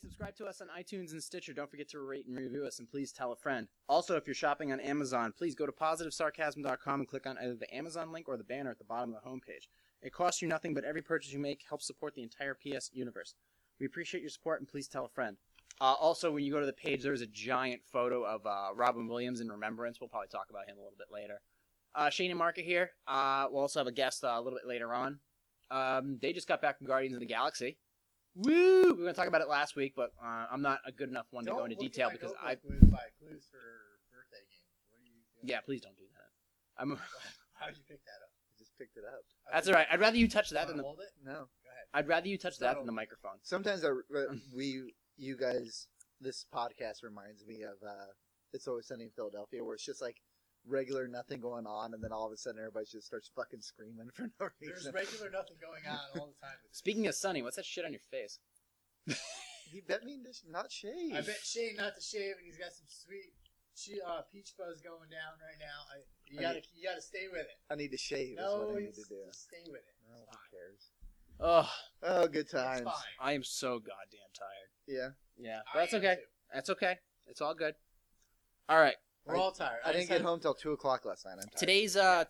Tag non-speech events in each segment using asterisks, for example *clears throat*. Subscribe to us on iTunes and Stitcher. Don't forget to rate and review us, and please tell a friend. Also, if you're shopping on Amazon, please go to positivesarcasm.com and click on either the Amazon link or the banner at the bottom of the homepage. It costs you nothing, but every purchase you make helps support the entire PS universe. We appreciate your support, and please tell a friend. Uh, also, when you go to the page, there is a giant photo of uh, Robin Williams in remembrance. We'll probably talk about him a little bit later. Uh, Shane and Marka here. Uh, we'll also have a guest uh, a little bit later on. Um, they just got back from Guardians of the Galaxy. Woo! We were going to talk about it last week, but uh, I'm not a good enough one to go into detail because I. Clues by clues for birthday games. What do you doing? Yeah, please don't do that. I'm. *laughs* How'd you pick that up? I just picked it up. That's all right. I'd rather you touch that Wanna than the. hold it? No. Go ahead. I'd rather you touch that than the microphone. Sometimes I, uh, *laughs* we, you guys, this podcast reminds me of uh, It's Always Sunny in Philadelphia, where it's just like regular nothing going on, and then all of a sudden everybody just starts fucking screaming for no There's reason. regular nothing going on all the time. With this. Speaking of Sunny, what's that shit on your face? *laughs* he bet me to sh- not shave. I bet Shane not to shave, and he's got some sweet she, uh, peach fuzz going down right now. I, you I gotta, you gotta stay with it. I need to shave. is No, what I you need to s- do. stay with it. No, It's fine. who cares? Oh, Oh, good It's times. fine. I am so goddamn tired. Yeah. Yeah, I but that's am okay. too. That's okay. It's all good. All right. We're all tired. I didn't just get had- home till two o'clock last night. I'm tired. Today's uh,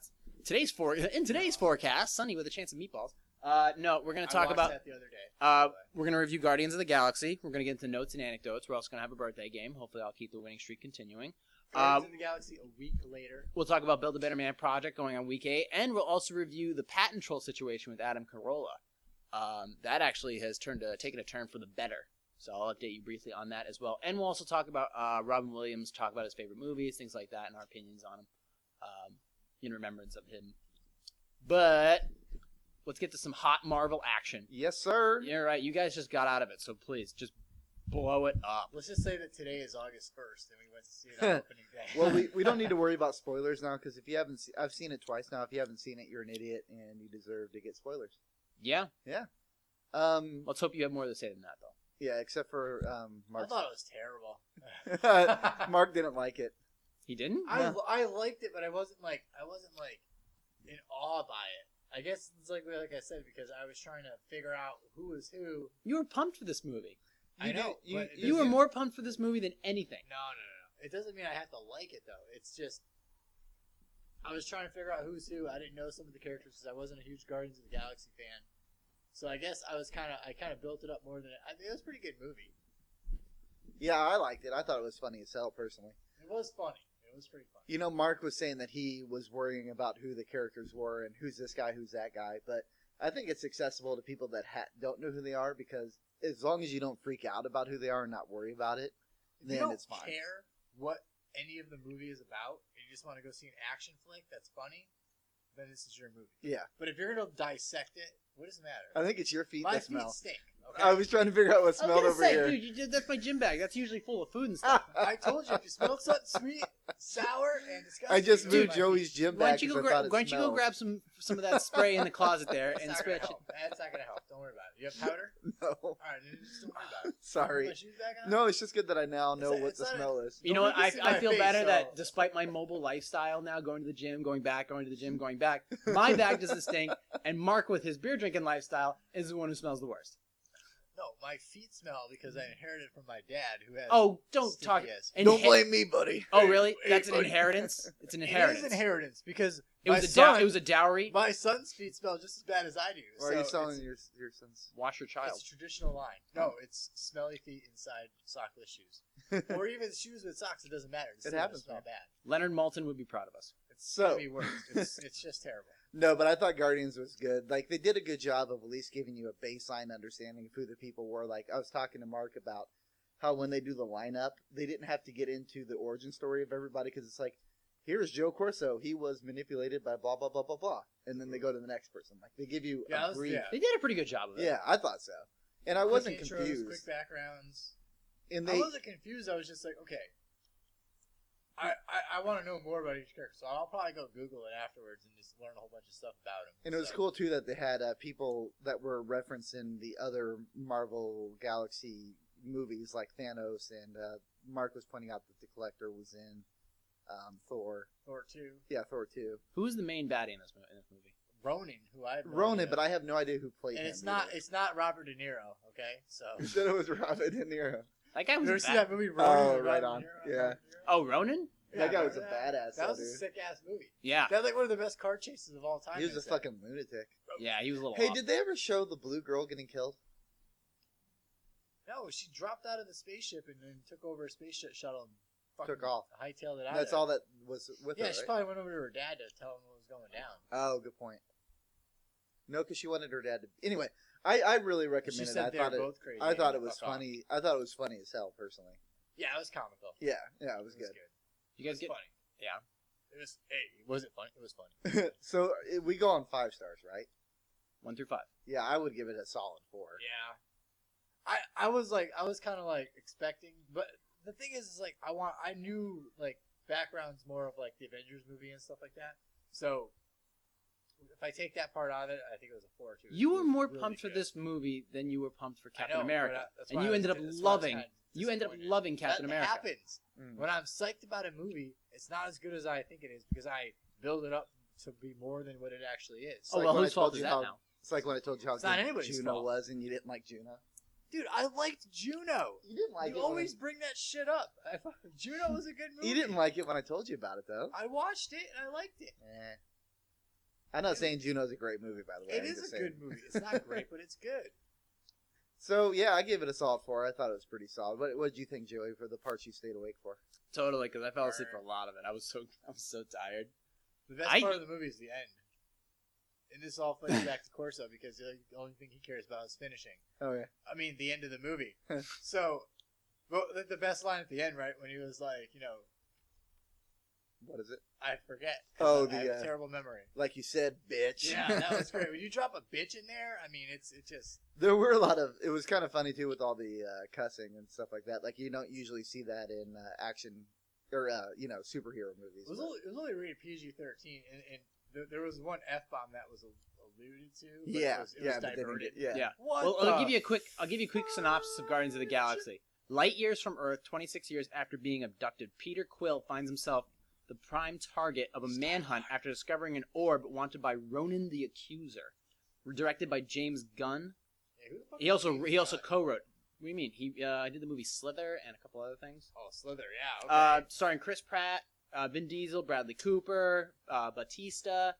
today's for in today's forecast, sunny with a chance of meatballs. Uh, no, we're gonna I talk watched about that the other day. Uh, we're going to review Guardians of the Galaxy. We're going to get into notes and anecdotes. We're also going to have a birthday game. Hopefully, I'll keep the winning streak continuing. Guardians Uh, um, of the Galaxy a week later. We'll talk about Build a Better Man project going on week eight, and we'll also review the patent troll situation with Adam Carolla. Um, that actually has turned to, taken a turn for the better. So I'll update you briefly on that as well. And we'll also talk about uh, Robin Williams, talk about his favorite movies, things like that, and our opinions on him um, in remembrance of him. But let's get to some hot Marvel action. Yes, sir. You're right. You guys just got out of it, so please just blow it up. Let's just say that today is August 1st, and we went to see it *laughs* on opening day. Well, we, we don't need to worry about spoilers now because if you haven't, se- I've seen it twice now. If you haven't seen it, you're an idiot and you deserve to get spoilers. Yeah. Um, Let's hope you have more to say than that, though. yeah, except for um, *laughs* I Mark. thought it was terrible. *laughs* *laughs* Mark didn't like it. He didn't. I, Yeah. I liked it, but I wasn't like I wasn't like in awe by it. I guess it's like like I said because I was trying to figure out who was who. You were pumped for this movie. I know, did- you, but it You were did- more pumped for this movie than anything. No, no, no, no. It doesn't mean I have to like it though. It's just I was trying to figure out who's who. I didn't know some of the characters because I wasn't a huge Guardians of the Galaxy fan. So I guess I was kind of I kind of built it up more than I mean, it was a pretty good movie. Yeah, I liked it. I thought it was funny as hell, personally. It was funny. It was pretty funny. You know, Mark was saying that he was worrying about who the characters were and who's this guy, who's that guy, but I think it's accessible to people that ha- don't know who they are because as long as you don't freak out about who they are and not worry about it, If you then don't it's fine. care what any of the movie is about, and you just want to go see an action flick that's funny, then this is your movie. Yeah, But if you're gonna dissect it, what does it matter? I think it's your feet My that feet smell. stink. *laughs* I Okay? was trying to figure out what I was smelled gonna over say, here. *laughs* dude, you did, that's my gym bag. That's usually full of food and stuff. I told you if you smell something sweet, sour, and disgusting, I just you moved might be- Joey's gym why back don't you go, because I gra- thought it why don't you go smelled. grab some some of that spray in the closet *laughs* there That's and not spray gonna it? help. That's not gonna help. Don't worry about it. You have *laughs* powder? No, All right, then just don't worry about it. Put my sorry. shoes back on? No, it's just good that I now know It's a- what it's the not a- smell is. You Don't know what? make me I, see I my feel face, better that so- despite my mobile lifestyle now, going to the gym, going back, going to the gym, going back, my bag doesn't stink. And Mark, with his beer drinking lifestyle, is the one who smells the worst. No, my feet smell because I inherited from my dad, who has. Oh, don't Sticky talk. ass. inhe- Don't blame me, buddy. Oh, really? Hey, That's an buddy. inheritance. It's an inheritance. It is inheritance because It was my a dow- son- it was a dowry. my son's feet smell just as bad as I do. Or are you Oh. so selling it's- your your son's? Wash your child. It's a traditional line. No, it's smelly feet inside sockless *laughs* shoes, or even shoes with socks. It doesn't matter. It's It still gonna happens, Smell man. Oh. bad. Leonard Malton would be proud of us. It's So- so be worse. It's, it's just terrible. No, but I thought Guardians was good. Like they did a good job of at least giving you a baseline understanding of who the people were. Like I was talking to Mark about how when they do the lineup, they didn't have to get into the origin story of everybody because it's like, here's Joe Corso. He was manipulated by blah blah blah blah blah, and then they go to the next person. Like they give you Yeah, that a was- brief. yeah. They did a pretty good job of it. Yeah, I thought so, and *laughs* I wasn't quick intros, confused. Quick backgrounds. And they I wasn't confused. I was just like, okay. I, I, I want to know more about each character, so I'll probably go Google it afterwards and just learn a whole bunch of stuff about him. and it was So, cool too that they had uh, people that were referencing the other Marvel Galaxy movies like Thanos, and uh, Mark was pointing out that the Collector was in um, Thor. Thor two, Yeah, Thor too. Who's the main baddie in this, mo- in this movie? Ronan, who I have no Ronan, idea. but I have no idea who played and him it's not *laughs* either. it's not Robert De Niro. Okay, *laughs* so He said it was Robert De Niro. That guy you was. ever a see bad- that movie? Ronan Oh, with right Robert De Niro? on. Yeah. Robert De Niro? Oh, Ronan? Yeah, that guy was a remember that? badass. That though, was a dude. sick ass movie. Yeah, That was like one of the best car chases of all time. He was they a said. fucking lunatic. yeah, he was a little. Hey, off. did they ever show the blue girl getting killed? No, she dropped out of the spaceship and then took over a spaceship shuttle and fucking Took off. hightailed it out. That's of all that was there. with Yeah, her. she right? probably went over to her dad to tell him what was going down. Oh, good point. No, because she wanted her dad to. Anyway, I, I really She recommend it. I said they were thought it, both crazy. I thought it and was fuck off. funny. I thought it was funny as hell, personally. Yeah, it was comical. Yeah, yeah, it was good. you guys get? funny. Yeah. It was. Hey, was it funny? It was *laughs* funny. so it, we go on five stars, right? One through five. Yeah, I would give it a solid four. Yeah. I I was like I was kind of like expecting, but the thing is, is like I want I knew like backgrounds more of like the Avengers movie and stuff like that. So if I take that part out of it, I think it was a four or two. You It were was more really pumped for good. this movie than you were pumped for I Captain know, but I- America, that's why and you I ended up was- that's why I was loving. kinda You ended up disappointed. loving Captain that America. happens Mm. when I'm psyched about a movie. It's not as good as I think it is because I build it up to be more than what it actually is. It's Oh like well, when I whose fault told is you that how- now? It's like when I told you how It's not good anybody's Juno fault. was, and you didn't like Juno. Dude, I liked Juno. You didn't like you it. always bring that shit up. *laughs* I, fucking- Juno was a good When, movie. you didn't like it when I told you about it, though. I watched it and I liked it. Eh. I'm not saying Juno's a great movie, by the way. It I'm is just a saying. good movie. It's not great, but it's *laughs* good. So yeah, I gave it a solid four. I thought it was pretty solid. What What did you think, Joey, for the parts you stayed awake for? Totally, because I fell asleep for a lot of it. I was so I was so tired. The best I- part of the movie is the end. And this all plays back to Corso because the only thing he cares about is finishing. Oh yeah. I mean, the end of the movie. so, but the- the best line at the end, right, when he was like, you know, What is it? I forget. Oh, I have the, a uh, terrible memory. Like you said, bitch. *laughs* Yeah, that was *laughs* great. When you drop a bitch in there, I mean, it's it just there were a lot of. It was kind of funny too with all the uh, cussing and stuff like that. Like you don't usually see that in uh, action or uh, you know superhero movies. it was but- only, it was only rated PG thirteen, and, and th- there was one f bomb that was al- alluded to. But yeah, it was, it yeah, was but they didn't diverted. get- yeah, Yeah. What? Well, I'll the give you a quick. I'll give you a quick synopsis of Guardians of the Galaxy. Light years from Earth, 26 years after being abducted, Peter Quill finds himself the prime target of a manhunt after discovering an orb wanted by Ronan the Accuser, directed by James Gunn. Yeah, who the fuck He is also James he also Gunn? co-wrote. What do you mean? He uh, did the movie Slither and a couple other things. oh Slither, yeah. Okay. Uh, starring Chris Pratt, uh, Vin Diesel, Bradley Cooper, uh, Batista,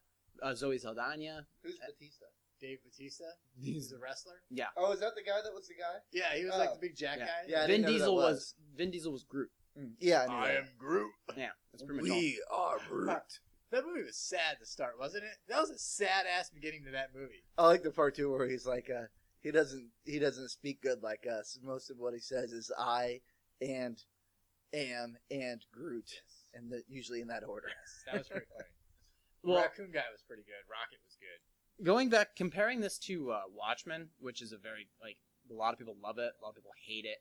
uh, Zoe Saldana. Who's Batista? Dave Batista, he's a wrestler. Oh, is that the guy that was the guy? Yeah, he was like Oh. the big jack Yeah. guy. Yeah, I Vin didn't know who that Diesel was. was. Vin Diesel was Groot. Mm, Yeah, I knew that. Groot. Yeah, that's pretty much all. *laughs* are Groot. That movie was sad to start, wasn't it? That was a sad ass beginning to that movie. I like the part too where he's like, uh, he doesn't he doesn't speak good like us. Most of what he says is I and am and Groot, and the, usually in that order. Yes, that was pretty funny. *laughs* Well, Raccoon guy was pretty good. Rocket was good. going back comparing this to uh, watchmen which is a very like a lot of people love it a lot of people hate it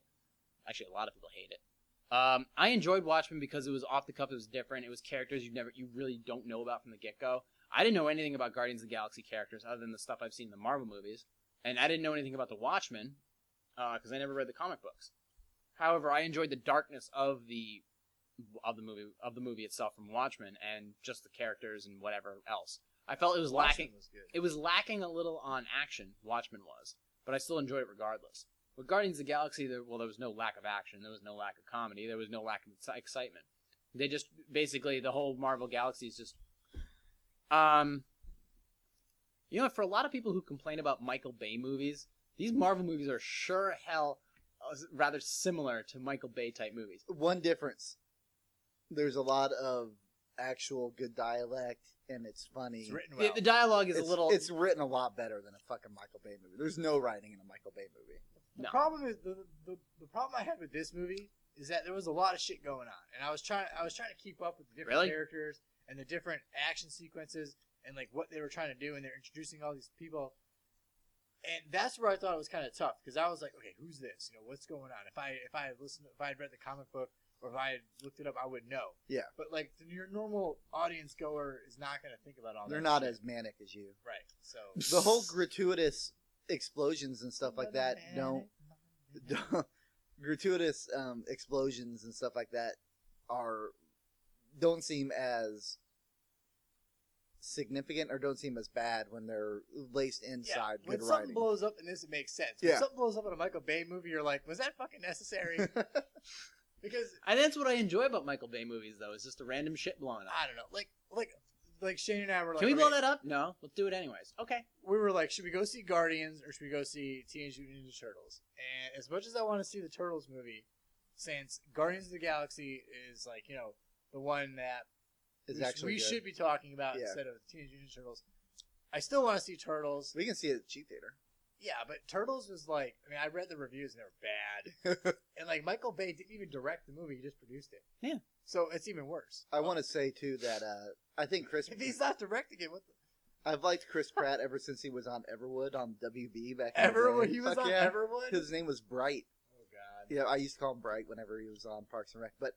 actually a lot of people hate it um, i enjoyed watchmen because it was off the cuff it was different it was characters you never you really don't know about from the get-go i didn't know anything about guardians of the galaxy characters other than the stuff i've seen in the marvel movies and i didn't know anything about the watchmen because i never read the comic books however i enjoyed the darkness of the of the movie of the movie itself from watchmen and just the characters and whatever else i felt it was lacking Watchmen was good. it was lacking a little on action. Watchmen was, but I still enjoyed it regardless. With Guardians of the Galaxy, there, well, there was no lack of action. There was no lack of comedy. There was no lack of exci- excitement. They just basically the whole Marvel Galaxy is just, um, you know, for a lot of people who complain about Michael Bay movies, these Marvel movies are sure hell uh, rather similar to Michael Bay type movies. One difference: there's a lot of actual good dialect, and it's funny. It's written The- well. the dialogue is It's- a little. It's written a lot better than a fucking Michael Bay movie. There's no writing in a Michael Bay movie. The No. problem is the, the the problem I had with this movie is that there was a lot of shit going on, and I was trying I was trying to keep up with the different Really? characters and the different action sequences and like what they were trying to do, and they're introducing all these people, and that's where I thought it was kind of tough because I was like, okay, who's this? You know, what's going on? If I if I had listened, if I had read the comic book or if I had looked it up, I would know. Yeah. but like the, your normal audience goer is not going to think about all They're that. not shit. as manic as you. right. So The whole gratuitous explosions and stuff like that don't *laughs* gratuitous um, explosions and stuff like that are don't seem as significant or don't seem as bad when they're laced inside when good something writing. blows up in this, it makes sense. When Yeah. something blows up in a Michael Bay movie, you're like, was that fucking *laughs* necessary? because And that's what I enjoy about Michael Bay movies, though. Is just the random shit blowing up. I don't know, like like like Shane and I were like, Can we blow okay, that up? No, let's do it anyways. Okay. we were like, should we go see Guardians or should we go see Teenage Mutant Ninja Turtles? And as much as I want to see the Turtles movie, since Guardians of the Galaxy is like you know the one that It's we, sh- actually we good. should be talking about Yeah. instead of Teenage Mutant Ninja Turtles, I still want to see Turtles. We can see it at Cheap Theater. Yeah, but Turtles was like, I mean, I read the reviews and they were *laughs* bad. and like Michael Bay didn't even direct the movie; he just produced it. Yeah. So it's even worse. I want to say too that uh, I think Chris. If he's not directing it, what the, *laughs* I've liked Chris Pratt ever since he was on Everwood on WB back. in the ever day. when he was Fuck on yeah. Everwood? His name was Bright. Oh god. Yeah, I used to call him Bright whenever he was on Parks and Rec. But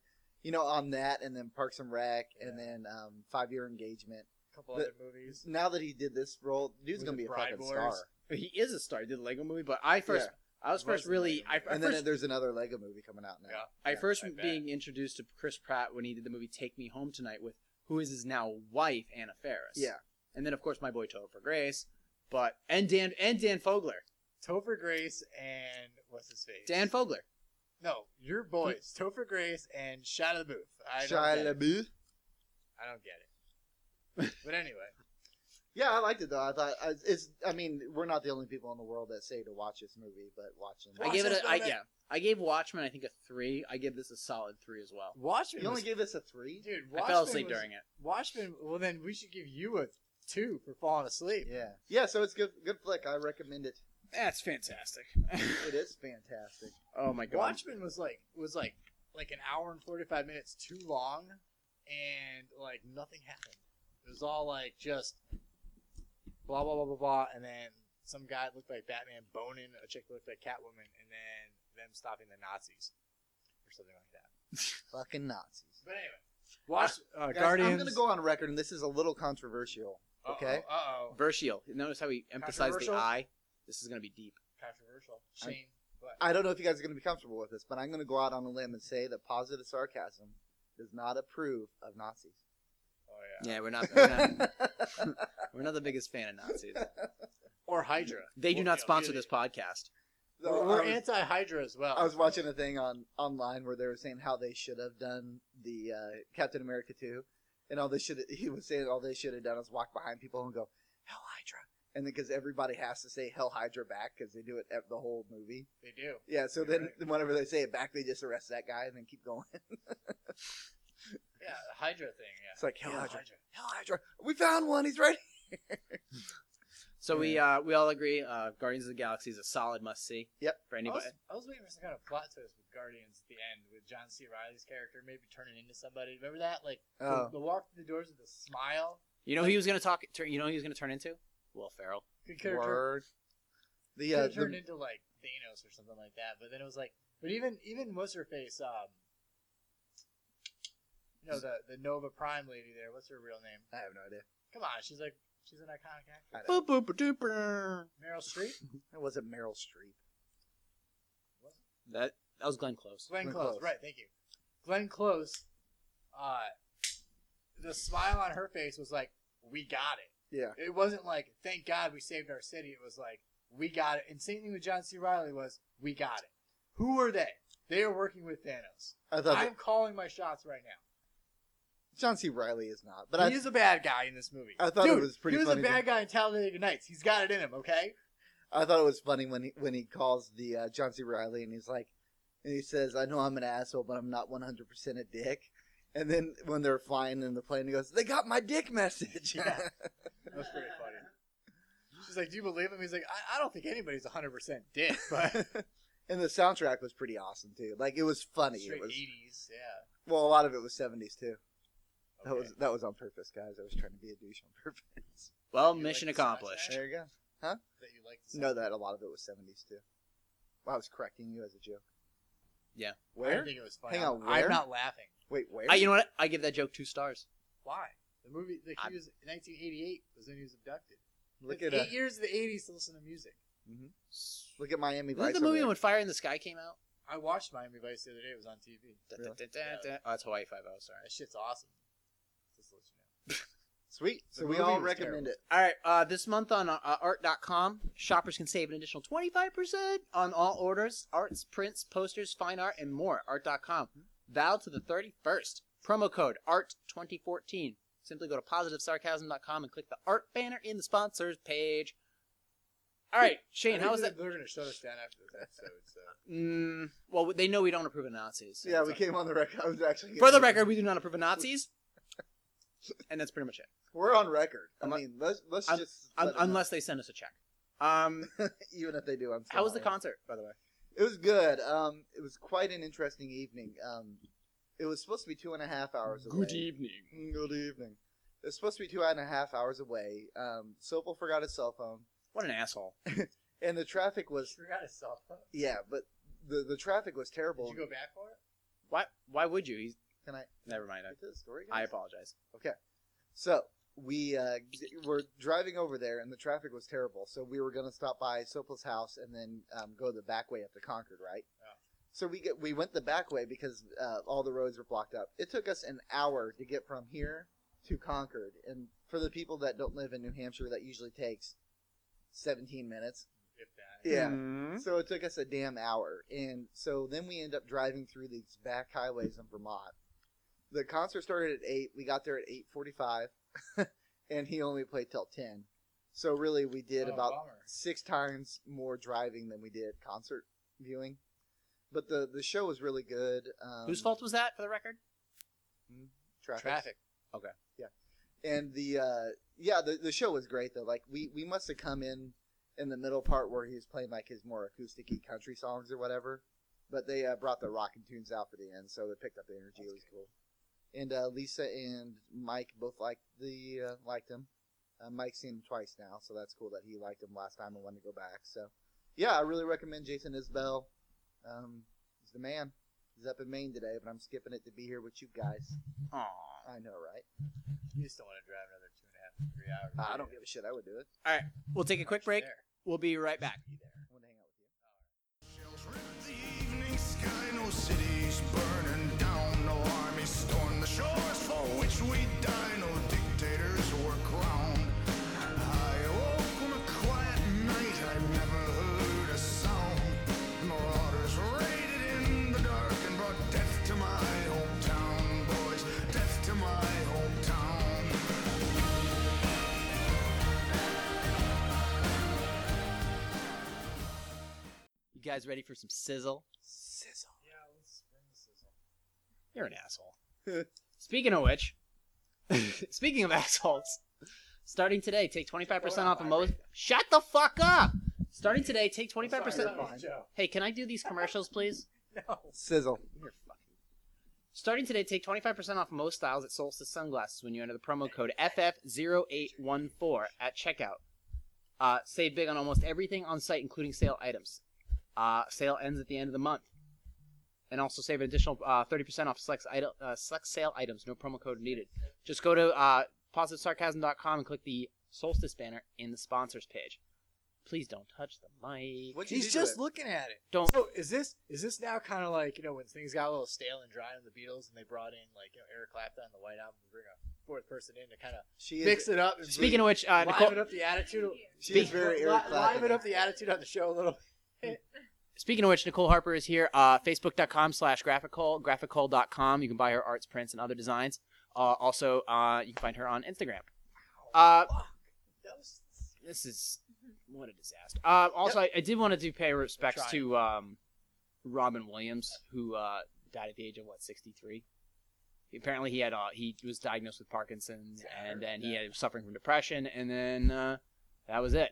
you know, on that, and then Parks and Rec, and Yeah. then um, Five Year Engagement. A couple The- other movies. Now that he did this role, dude's Was gonna it be a Bride fucking Wars? star. He is a star. He did the Lego movie, but I first, I was He was first in really, Lego I, Movie. I And first, then uh, there's another Lego movie coming out now. Yeah. I yeah, first I bet. being introduced to Chris Pratt when he did the movie Take Me Home Tonight with who is his now wife Anna Faris. Yeah. and then of course my boy Topher Grace, but and Dan and Dan Fogler, Topher Grace and what's his face? Dan Fogler. No, your boys, Topher Grace and Shia LaBeouf. I don't, Shia get it. LaBeouf. I don't get it. But anyway, *laughs* Yeah, I liked it though. I thought I- it's. I mean, we're not the only people in the world that say to watch this movie, but watch them. I gave it Watchmen, a, I, no, yeah, I gave Watchmen I think a three. I give this a solid three as well. Watchmen. You only was- gave this a three. dude, I fell Watchmen asleep was- during it. Watchmen. Well, then we should give you a two for falling asleep. Yeah. Yeah. So it's good. Good flick. I recommend it. That's fantastic. It is fantastic. oh my god. Watchmen was like was like like an hour and forty five minutes too long, and like nothing happened. It was all like just blah blah blah blah blah, and then some guy that looked like Batman boning a chick that looked like Catwoman, and then them stopping the Nazis or something like that. Fucking Nazis. But anyway, watch uh, Guys, Guardians. I'm gonna go on record, and this is a little controversial. *laughs* okay. Uh oh. Versial. Notice how he emphasized the Controversial? I. This is gonna be deep. Controversial. I'm- Shane. But I don't know if you guys are gonna be comfortable with this, but I'm gonna go out on a limb and say that positive sarcasm does not approve of Nazis. oh yeah. Yeah, we're not we're not, *laughs* *laughs* we're not the biggest fan of Nazis. Or Hydra. They do Well, not yeah, sponsor really. this podcast. We're, we're anti Hydra as well. I was watching a thing on online where they were saying how they should have done the uh, Captain America two, and all they should *laughs* he was saying all they should have done is walk behind people and go Hell Hydra, and then because everybody has to say Hell Hydra back because they do it ev- the whole movie. They do. Yeah, so You're then *laughs* whenever they say it back, they just arrest that guy and then keep going. *laughs* Yeah, the Hydra thing. Yeah. It's like Hell, Yeah, Hydra, Hell Hydra, we found one. He's right. *laughs* So we uh, we all agree uh, Guardians of the Galaxy is a solid must see. Yep. For I anybody. was, I was waiting for some kind of plot twist with Guardians at the end with John C. Riley's character maybe turning into somebody. Remember that? Like the- Oh. the, walk through the doors with a smile. You know who he was gonna talk turn you know who he was gonna turn into? Will Ferrell. Good character. Word. Yeah, The, uh, turned the into like Thanos or something like that. But then it was like, but even even what's her face? Um, you know the the Nova Prime lady there. What's her real name? I have no idea. Come on, she's like she's an iconic actor. I Boop boop dooper. Meryl Streep. It wasn't Meryl Streep. That that was Glenn Close. Glenn Glenn Close. Close. Right. Thank you. Glenn Close. Uh, the smile on her face was like, "We got it." Yeah. It wasn't like, thank God we saved our city. It was like, we got it. And same thing with John C. Riley was, we got it. Who are they? They are working with Thanos. I thought I'm calling my shots right now. that- John C. Riley is not, but he I is a bad guy in this movie. I thought it Dude, was pretty He was funny a bad guy in Talladega Nights. He's got it in him. Okay. I thought it was funny when he when he calls the uh, John C. Riley and he's like, and he says, "I know I'm an asshole, but I'm not 100 percent a dick." And then when they're flying in the plane, he goes, "They got my dick message." Yeah. That was pretty funny. She's like, do you believe him? He's like, I, I don't think anybody's 100 percent dick, *laughs* but *laughs* and the soundtrack was pretty awesome too. Like it was funny. straight It was 80s. Yeah. well, a lot of it was 70s too. That Okay. was that was on purpose, guys. I was trying to be a douche on *laughs* purpose. Well, You mission like the accomplished. There you go. that you like. to see. Know that a lot of it was 70s too. Well, I was correcting you as a joke. Yeah. I Where? didn't think it was funny. Hang on, I'm- where? I'm not laughing. Wait, where? I, you know what? I give that joke two stars. Why? The movie that I'm- he was in 1988 was when he was abducted. look It's at eight uh, years of the 80s to listen to music. look at Miami Isn't Vice. the over movie there. when Fire in the Sky came out? I watched Miami Vice the other day. It was on TV. Da- Really? da- da- da- da. Oh, that's Hawaii Five O. Sorry. That shit's awesome. Just to let you know. Sweet. So The we movie all was recommend it. All right, uh, this month on uh, art.com, shoppers can save an additional 25% on all orders, arts, prints, posters, fine art, and more. Art.com. Valid to the 31st. Promo code ART2014. Simply go to positivesarcasm.com and click the art banner in the sponsors page. All right, Shane, how was that? They're gonna shut us down after this episode. So Mm, well, they know we don't approve of Nazis. so *laughs* yeah, it's we okay. came on the record. I was actually For the record, we do not approve of Nazis. *laughs* and that's pretty much it. We're on record. I Unle- mean, let's let's un- just Un- let 'em know. unless they send us a check. Um, even if they do, I'm. still how was not the in. concert, by the way? It was good. Um, it was quite an interesting evening. Um, it was supposed to be two and a half hours away. evening. Mm, Good evening. It was supposed to be two and a half hours away. Um, Sopel forgot his cell phone, What an asshole. and the traffic was forgot his cell phone. yeah, but the the traffic was Did terrible. you go back for it? Why? Why would you? He's. Can I Never mind. I, get to the story? I guys? apologize. So we uh, d- were driving over there, and the traffic was terrible. So we were going to stop by Sopel's house and then um, go the back way up to Concord, right? Yeah. So we get, we went the back way because uh, all the roads were blocked up. It took us an hour to get from here to Concord, and for the people that don't live in New Hampshire, that usually takes seventeen minutes. If that. Yeah. Mhm. So it took us a damn hour, and so then we end up driving through these back highways in Vermont. The concert started at eight. We got there at eight forty-five, *laughs* and he only played till ten. So really, we did Oh, about bummer. six times more driving than we did concert viewing. But the the show was really good. Um, Whose fault was that, for the record? Traffic. traffic. And the uh, yeah, the the show was great though. Like we we must have come in in the middle part where he was playing like his more acousticy country songs or whatever. But they uh, brought the rockin' tunes out for the end, so it picked up the energy. it was cool. And uh, Lisa and Mike both liked the uh, liked him. Uh, Mike's seen him twice now, so that's cool that he liked him last time and wanted to go back. So yeah, I really recommend Jason Isbell. Um, he's the man. He's up in Maine today, but I'm skipping it to be here with you guys. Aww. I know, right? You just don't want to drive another two and a half, three hours. I do don't you? give a shit. I would do it. We'll take a quick break. There. We'll be right back. Be there. I want to hang out with you. Shells red the evening sky, no cities burning down, no army storm the shores for which we die, no dictators were crowned. I woke on a quiet night, I never heard a sound. Marauders raided in the dark and brought death to my hometown, boys, death to my hometown. You guys ready for some sizzle? Sizzle. Yeah, let's spin the sizzle. You're an asshole. Speaking of which, *laughs* speaking of assholes, starting today, take 25% Hold on, off of my most. bad. Shut the fuck up! Starting today, take Sorry, 25%. that was Joe. Hey, can I do these commercials, please? No. Sizzle. You're fucking. Starting today, take 25% off most styles at Solstice Sunglasses when you enter the promo code FF0814 at checkout. Uh, save big on almost everything on site, including sale items. Uh, sale ends at the end of the month. And also save an additional uh, 30% off select, item, uh, select sale items. No promo code needed. Just go to uh, positivesarcasm.com and click the Solstice banner in the sponsors page. Please don't touch the mic. What'd you do He's to just it? looking at it. Don't. So is this is this now kind of like you know when things got a little stale and dry in the Beatles and they brought in like you know Eric Clapton and the White Album to bring a fourth person in to kind of She is, mix it up. And Speaking of which, uh, Nicole, liven up the attitude. she Speak- is *laughs* very li- Eric Clapton. Liven up the attitude on the show a little. Speaking of which, Nicole Harper is here. Uh, Facebook.com slash graphical, graphical.com. You can buy her arts, prints, and other designs. Uh, also, uh, you can find her on Instagram. Uh, Fuck. That *laughs* was- This is what a disaster. Uh, also, I, I did want to do pay respects Try. to um, Robin Williams, who uh, died at the age of what sixty three. Apparently, he had uh, he was diagnosed with Parkinson's, Yeah, I and heard then that. he had, was suffering from depression, and then uh, that was it.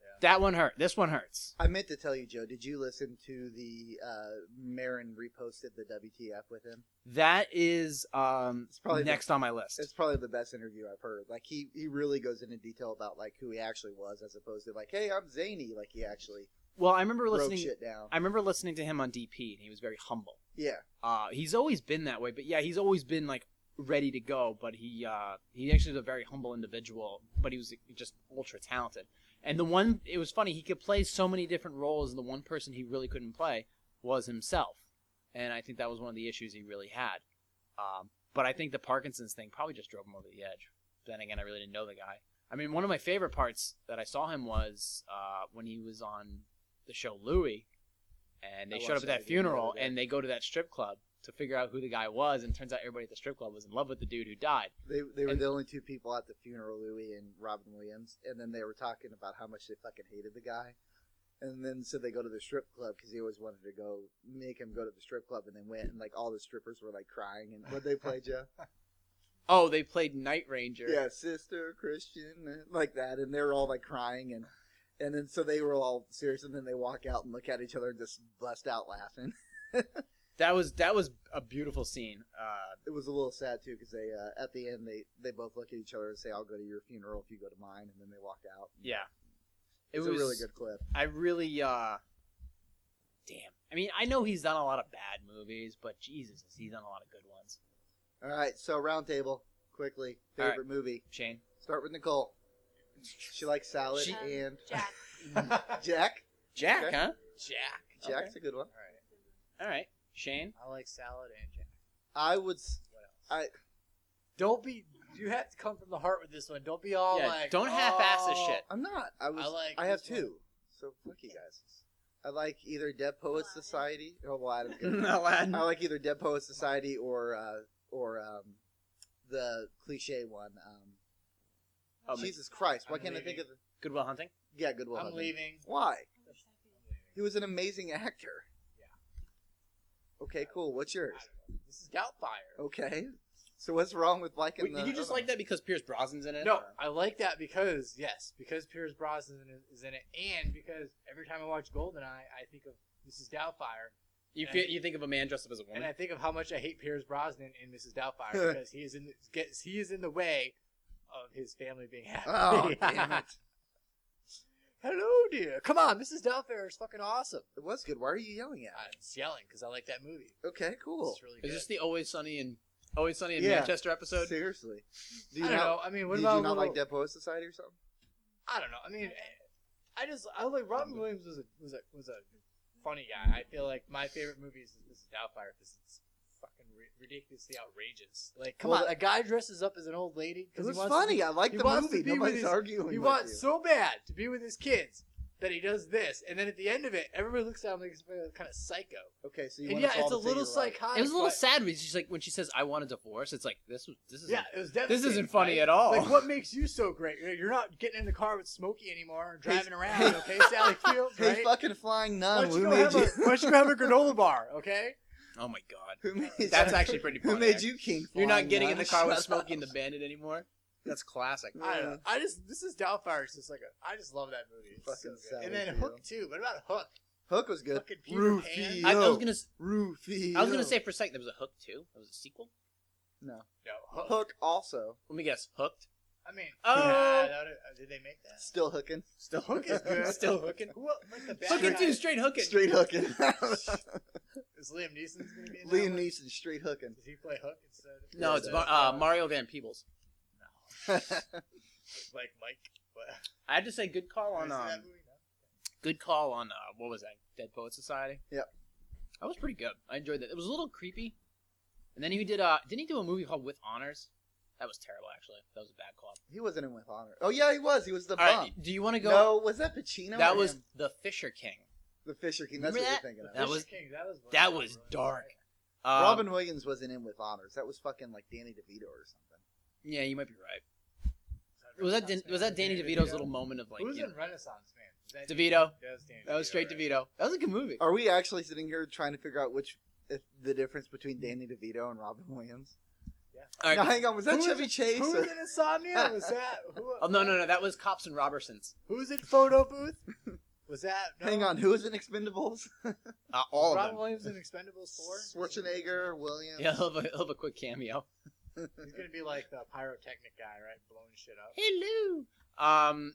Yeah. That one hurt. This one hurts. I meant to tell you, Joe. Did you listen to the uh, Marin reposted the WTF with him? That is um, It's probably the- next on my list. It's probably the best interview I've heard. Like he, he really goes into detail about like who he actually was, as opposed to like, hey, I'm zany. Like he actually Well, I remember broke listening. shit down. I remember listening to him on DP, and he was very humble. yeah, Uh, he's always been that way, but yeah, he's always been like ready to go. But he uh, he actually was a very humble individual, but he was just ultra talented. And the one it was funny he could play so many different roles, and the one person he really couldn't play was himself. And I think that was one of the issues he really had. Um, but I think the Parkinson's thing probably just drove him over the edge. then again, I really didn't know the guy. I mean, one of my favorite parts that I saw him was uh, when he was on the show Louie, and they I showed up watched at that that video the other funeral, day. and they go to that strip club to figure out who the guy was, and turns out everybody at the strip club was in love with the dude who died. They, they were And- the only two people at the funeral, Louis and Robin Williams, and then they were talking about how much they fucking hated the guy, and then said they go to the strip club because he always wanted to go make him go to the strip club, and they went and like all the strippers were like crying and what they play Jeff, Oh, they played Night Ranger. *laughs* yeah, sister Christian uh, like that, and they were all like crying and and then so they were all serious, and then they walk out and look at each other and just bust out laughing. *laughs* That was that was a beautiful scene. Uh, It was a little sad too because they uh, at the end they they both look at each other and say I'll go to your funeral if you go to mine, and then they walk out. yeah, It was a really good clip. I really uh damn. I mean, I know he's done a lot of bad movies, but Jesus, has he done a lot of good ones. All right, so roundtable quickly. All right. Favorite movie. Shane. Start with Nicole. She likes salad She- and Um, Jack. *laughs* Jack. Jack, Okay. huh? Jack. Jack's a good one. All right. All right. Shane. I like salad and Jack. I would. s- What else? I- don't be. You have to come from the heart with this one. Don't be all Yeah, like. don't half-ass this "Oh." shit. I'm not. I was. I, I like have this one. two. So fuck you guys. I like either Dead Poets Aladdin. Society. Oh, well, *laughs* *laughs* I, don't get it. Aladdin. Oh, I like either Dead Poets Society or uh, or um, the cliche one. Um, Oh, Jesus Christ! Why I'm can't I think leaving. of the? Goodwill Hunting. Yeah, Goodwill. I'm Hunting. leaving. Why? I wish I could. I'm leaving. He was an amazing actor. Yeah. Okay, cool. What's yours? I don't know. This is Doubtfire. Okay. So what's wrong with liking Wait, the? did you just other like that because Pierce Brosnan's in it? No, Or- I like that because yes, because Pierce Brosnan is- is in it, and because every time I watch Goldeneye, I think of Mrs. Doubtfire, You Yeah. feel, you think of a man dressed up as a and woman. I think of how much I hate Pierce Brosnan in Mrs. *laughs* Doubtfire because he is in gets he is in the way of his family being happy. Oh, damn it. *laughs* Hello, dear. Come on, Mrs. Doubtfire is fucking awesome. It was good. Why are you yelling at? I'm yelling because I like that movie. it? Okay, cool. It's really Is good. this the Always Sunny and Always Sunny in Yeah. Manchester episode? Seriously. Do I don't not, know. I mean, what did about you not little, like Dead Poets Society or something? I don't know. I mean, I just I like Robin Williams was a was a was a funny guy. I feel like my favorite movie is Mrs. Doubtfire because it's fucking ri- ridiculously outrageous. Like, come Well, on, a guy dresses up as an old lady It because was he wants funny. To I like he the wants to movie. be with Nobody's his- arguing. be, he with wants you. so bad to be with his kids that he does this, and then at the end of it, everybody looks at him like he's kind of psycho. Okay, so you And want yeah, us all it's a to say little you're right. psychotic. It was a little but- sad because she's like when she says I want a divorce, it's like this was this is Yeah, it was devastating. this isn't funny at all. Like, what makes you so great? You're- You're not getting in the car with Smokey anymore, or driving around, hey- okay, Sally Fields, *laughs* Hey, right? fucking flying Why nun. don't you, Who go made have a, you? *laughs* why don't you go have a granola bar, okay? *laughs* Oh my god. Who made you? That's actually pretty funny. Who made you king? You're not Flying getting in Nun? the car with *laughs* Shut Smokey and up. the Bandit anymore. That's classic. I don't know. I just this is Doubtfire. It's just like a, I just love that movie. It's Fucking so good. Sally And then Field. Hook too. What about Hook? Hook was good. Fucking Peter Rufio. Pan. I, I was Yo. gonna s- Rufio. I was gonna say for a second there was a Hook too. That was a sequel. no. No, Hook. Hook also Let me guess. Hooked. *laughs* *laughs* I mean, Oh. nah, that would- uh, did they make that? still hooking. Still Hook *laughs* is good. Still hooking. Who else? Like the bad Hooking guy- too. Straight hooking. *laughs* Straight hooking. *laughs* Is Liam Neeson's gonna be in that Liam one? Neeson straight hooking. Does he play Hook instead? of- No, it's Mar- uh, Mario Van Peebles. like Mike. What? I had to say good call on Is um, that movie? No. good call on uh, what was that? Dead Poet Society. Yep. That was pretty good. I enjoyed that. It was a little creepy. And then he did uh didn't he do a movie called With Honors? That was terrible actually. That was a bad call. He wasn't in with honor. Oh yeah, he was. He was the All bum. right, do you want to go? no, was that Pacino? that or was him? The Fisher King. the Fisher King. That's Remember what you're that? thinking of. That Fisher was- King, that was uh, one that of my was really dark. favorite. Um, Robin Williams wasn't in with honors. That was fucking like Danny DeVito or something. Yeah, you might be right. Was that Dan- was that Danny DeVito's little moment of like Who's you in Renaissance Man? Is that DeVito. That was, Danny That was straight right? DeVito. That was a good movie. Are we actually sitting here trying to figure out which if the difference between Danny DeVito and Robin Williams? All Now, right. hang on, was that Who Chevy Chase? Who or- was in Insomnia? Was that who? Oh no, no, no. That was Cops and Robertsons. Who's in Photo Booth? Was that no? Hang on, who was in Expendables? Uh, all of Robin them. Williams in Expendables Four. Schwarzenegger, Williams. Yeah, *laughs* he'll have, a, he'll have a quick cameo. He's gonna be like the pyrotechnic guy, right? Blowing shit up. Hello. Um,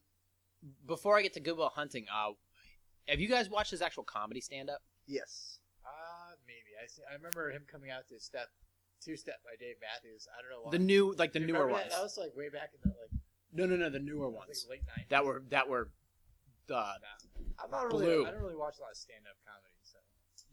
before I get to Goodwill Hunting, uh, have you guys watched his actual comedy stand up? Yes. Ah, maybe I see. I remember him coming out to step, two step by Dave Matthews. I don't know why. The new, like Do the you newer remember ones. That? that was like way back in the like, No, no, no, the newer I ones think late nineties. that were that were. Uh, I'm not really. Blue. I don't really watch a lot of stand up comedy. So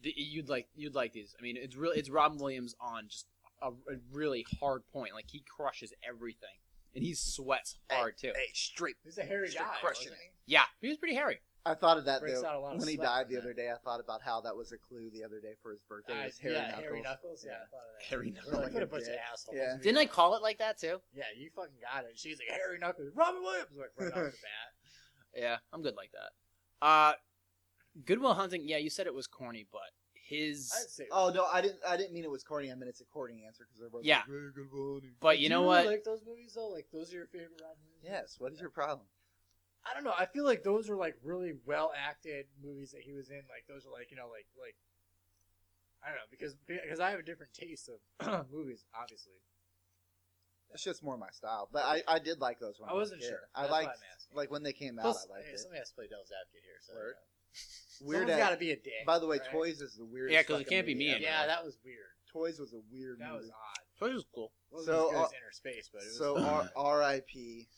the, you'd like you'd like these. I mean, it's real. It's Robin Williams on just a, a really hard point. Like he crushes everything. and he sweats hard too. Hey, straight. He's a hairy Just guy. crushing wasn't he? Yeah, he was pretty hairy. I thought of that Breaks though. out a lot of When he sweat died from the that. other day, I thought about how that was a clue the other day for his birthday. Uh, was Harry yeah, Knuckles. Harry Knuckles. Yeah, Yeah. I thought of that. Hairy We're like, knuckles. Like what a a bunch of dick. assholes. Yeah. Didn't I call it like that too? Yeah, you fucking got it. She's like Harry Knuckles, Robin Williams, like right off the *laughs* bat. Yeah, I'm good like that. Uh, Goodwill Hunting. Yeah, you said it was corny, but his. I didn't say. Oh no, I didn't. I didn't mean it was corny. I meant it's a corny answer because they're both. Yeah. like, "Very good morning." But you Do know really what? Like those movies though, like those are your favorite Robin Williams. movies? *laughs* Yes. What is your problem? I don't know. I feel like those are like really well acted movies that he was in. Like those are like you know like like I don't know because because I have a different taste of *clears throat* movies. Obviously, It's just more my style. But I, I did like those ones. I wasn't yeah. sure. I That's liked why I'm asking. like when they came out. Plus, I liked hey, it. somebody has to play devil's advocate here. So Word. weird. Weird. Someone's got to At, be a dick. by the way, right? Toys is the weirdest. Yeah, 'cause it fucking can't be movie me ever. anymore. Yeah, that was weird. Toys was a weird That was movie. odd. So it was cool. Well, So, so, as good as uh, Inner Space, but it was so R- R.I.P.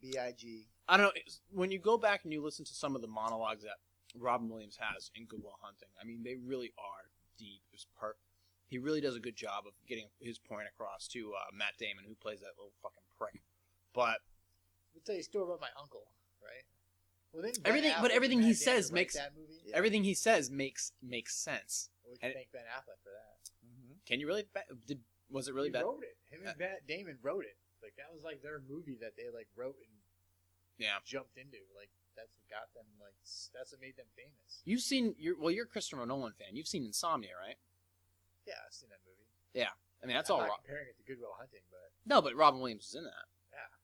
B.I.G. I don't know. it's- When you go back and you listen to some of the monologues that Robin Williams has in Goodwill Hunting, I mean, they really are deep. It's per- he really does a good job of getting his point across to uh, Matt Damon, who plays that little fucking prick. But I'll tell you a story about my uncle, right? Well, then Everything- but everything he says makes- that movie. Yeah. everything he says makes makes sense. We can and- thank Ben Affleck for that. Can you really? Ba- did, was it really he bad? wrote it. Him and Matt Damon wrote it. Like that was like their movie that they like wrote and Yeah. jumped into. Like that's what got them. Like s- that's what made them famous. You've seen your well, you're a Christopher Nolan fan. You've seen Insomnia, right? Yeah, I've seen that movie. I mean, that's all. I'm not Rob- comparing it to Goodwill Hunting, but no, but Robin Williams is in that.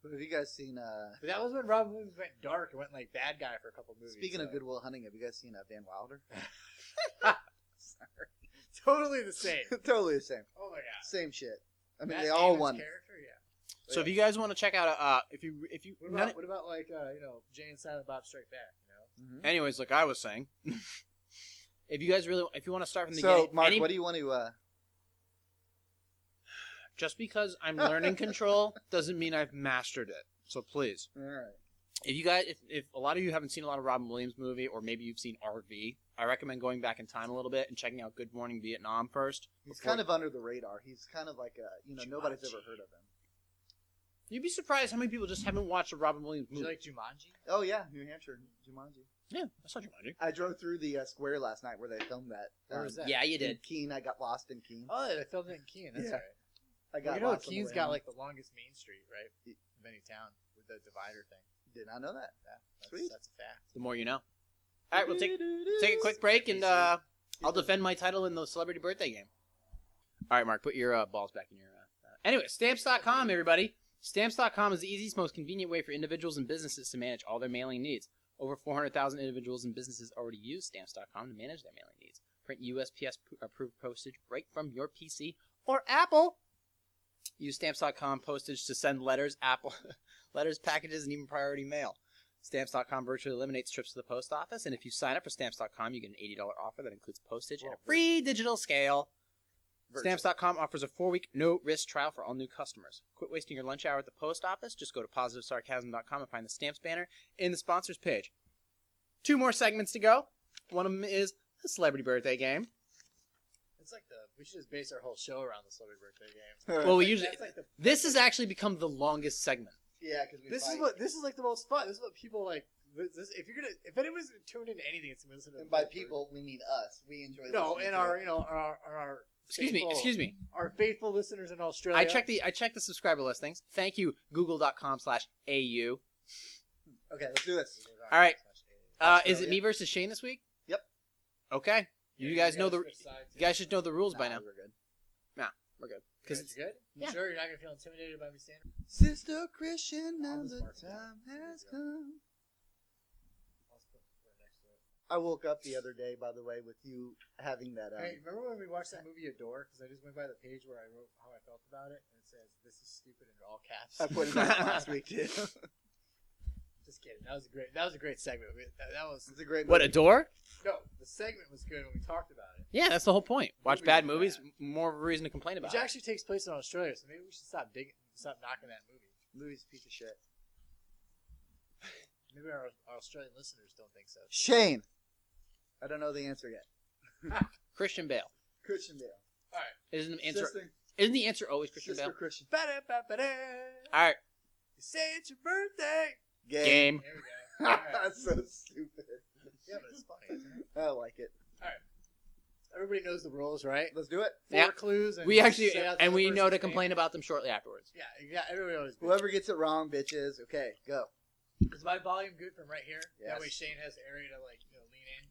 But have you guys seen? Uh, but that was when Robin Williams went dark and went like bad guy for a couple movies. uh, speaking of so- Goodwill Hunting, have you guys seen uh, Van Wilder? totally the same. *laughs* totally the same. Oh my god. Same shit. I mean, Matt they all Damon's won. Character, yeah. So if you guys want to check out, uh, if you if you, What none- about, what about like uh, you know Jay and Silent Bob Strike Back? You know, Mhm. anyways, like I was saying, *laughs* if you guys really, if you want to start from the So, beginning, Mark, any- what do you want to? Uh, just because I'm learning control doesn't mean I've mastered it. So please, all right. if you guys, if, if a lot of you haven't seen a lot of Robin Williams movie, or maybe you've seen RV, I recommend going back in time a little bit and checking out Good Morning Vietnam first. He's before- kind of under the radar. He's kind of like a you know nobody's Jumanji. ever heard of him. You'd be surprised how many people just haven't watched a Robin Williams Did movie. you like Jumanji? Oh yeah, New Hampshire, Jumanji. yeah, I saw Jumanji. I drove through the uh, square last night where they filmed that. um, Where was that? Yeah, you in did. Keene. I got lost in Keene. Oh, they filmed it in Keene. That's Yeah. right. I got you know, lost. on the Keene's way got home. like the longest main street, right? Of any town with the divider thing. Did not know that. Yeah, that's, Sweet. That's a fact. The more you know. All right, we'll take take a quick break and uh, I'll defend my title in the celebrity birthday game. All right, Mark, put your uh, balls back in your. Uh, uh, anyway, stamps.com, everybody. Stamps.com is the easiest, most convenient way for individuals and businesses to manage all their mailing needs. Over 400,000 individuals and businesses already use stamps.com to manage their mailing needs. Print USPS p- approved postage right from your PC or Apple. Use stamps.com postage to send letters, Apple *laughs* letters, packages, and even priority mail. Stamps.com virtually eliminates trips to the post office, and if you sign up for Stamps.com, you get an $80 offer that includes postage and a free digital scale. Stamps.com offers a four week no risk trial for all new customers. Quit wasting your lunch hour at the post office. Just go to PositiveSarcasm.com and find the Stamps banner in the sponsors page. Two more segments to go. One of them is the celebrity birthday game. It's like the we should just base our whole show around the celebrity birthday game. Well, we usually That's like the, this has actually become the longest segment. yeah, because this is what this is like the most fun. This is what people like. This, this- if you're gonna if anyone's gonna tune into anything, it's gonna listen to. And by people we mean us. We enjoy. no, listening and to our it. you know our our, our Excuse me, faithful- excuse me. our faithful listeners in Australia. I checked the I checked the subscriber listings. Thank you, Google.com/au. Okay, let's do this. All right. Uh, is it Australia. me versus Shane this week? Yep. Okay. Yeah, you guys know gotta the switch sides. you guys should know the rules by Nah, now. we're good. We're good. You 'Cause guys it's- good. You yeah. sure you're not gonna feel intimidated by me standing? Sister Christian, now I'll just the mark it. time There has you go. come. I'll just put it next to it. I woke up the other day, by the way, with you having that. Uh, Hey, remember when we watched that movie Adore? Because I just went by the page where I wrote how I felt about it, and it says, "This is stupid" in all caps. *laughs* *laughs* I put it out last week too. just kidding. That was a great. That was a great segment. We- That, that was It's a great. What movie. a door? no. The segment was good when we talked about it, Yeah, that's the whole point. Watch Movies bad are movies, bad. m- more of a reason to complain about. which it. actually takes place in Australia. So maybe we should stop digging, stop knocking that movie. Louis piece of shit. Maybe our, our Australian listeners don't think so. Shane. I don't know the answer yet. Christian Bale. Christian Bale. Isn't the answer Sister, isn't the answer always Christian sister Bale? Christian. Ba-da-ba-ba-da. All right, You say it's your birthday. Gay. game. There we go. All right. *laughs* That's so stupid. Yeah, but it's funny. isn't it? I like it. Everybody knows the rules, right? Let's do it. Four Yeah. clues. And We actually shout out to and the we first know to name. complain about them shortly afterwards. Yeah, yeah. Everybody knows. Whoever gets it wrong, bitches. Okay, go. Is my volume good from right here? That Yes. way Shane has area to like you know, lean in.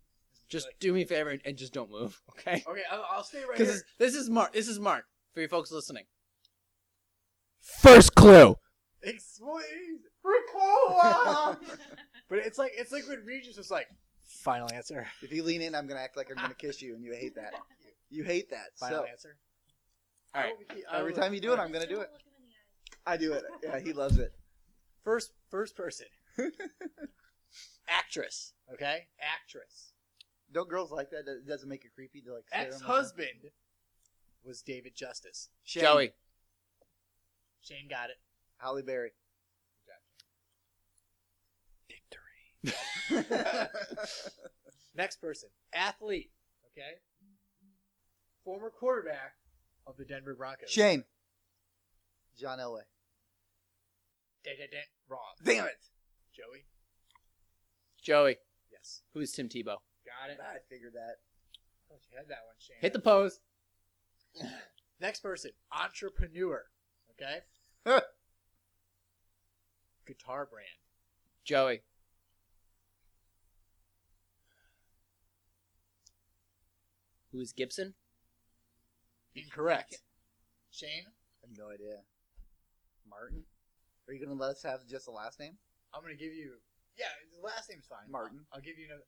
Just Like, do me a favor and, and just don't move, *laughs* okay? okay, I'll, I'll stay right here. Because this is Mark. This is Mark for you folks listening. First clue. It's what is Ricola. *laughs* but it's like it's like when Regis was like, final answer, If you lean in, I'm gonna act like I'm gonna kiss you, and you hate that. You hate that. final So answer. All Oh, right. every time you do it, I'm gonna do it. I do it. Yeah, he loves it. First, first person. *laughs* Actress, okay, actress. Don't girls like that? It doesn't make it creepy to like. stare on them? Ex-husband was David Justice. Shane. Joey. Shane got it. Halle Berry. Next person, athlete, okay, former quarterback of the Denver Broncos. Shane. John Elway. Dun, dun, dun. Wrong. Damn it! Joey. Joey. Yes. Who is Tim Tebow? Got it. I figured that. Oh, you had that one, Shane. Hit the pose. Next person, entrepreneur. Okay. Guitar brand. Joey. Who is Gibson? Incorrect. Shane, I have no idea. Martin? Are you gonna let us have just the last name? I'm gonna give you. Yeah, the last name's fine. Martin. I'll give you another.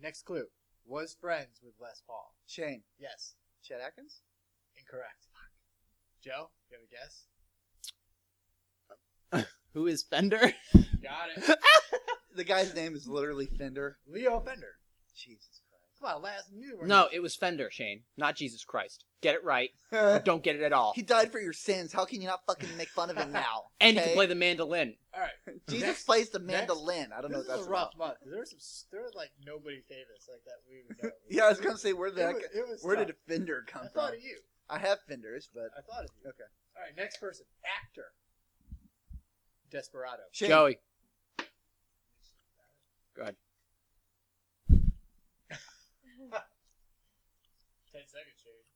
Next clue was friends with Les Paul. Shane. Yes. Chet Atkins? Incorrect. Joe, you have a guess? Who is Fender? Got *laughs* it. The guy's name is literally Fender. Leo Fender. Jesus Come on, last new *laughs* one. no, it was Fender, Shane, not Jesus Christ. Get it *laughs* right. or Christ. *laughs* Don't get it at all. he died for your sins. How can you not fucking make fun of him now? And he okay? can play the mandolin. All right. Jesus Next- plays the next- mandolin. I don't know This what is that's a rough about. month. There's some. There's like nobody famous like that we would know. *laughs* Yeah, I was gonna say where It did that, was- it was where tough. did Fender come I from? thought of you. I have Fenders, but I thought of you. Okay. All right, next person. Actor. Desperado. Shane. Joey. Ten seconds, Shane.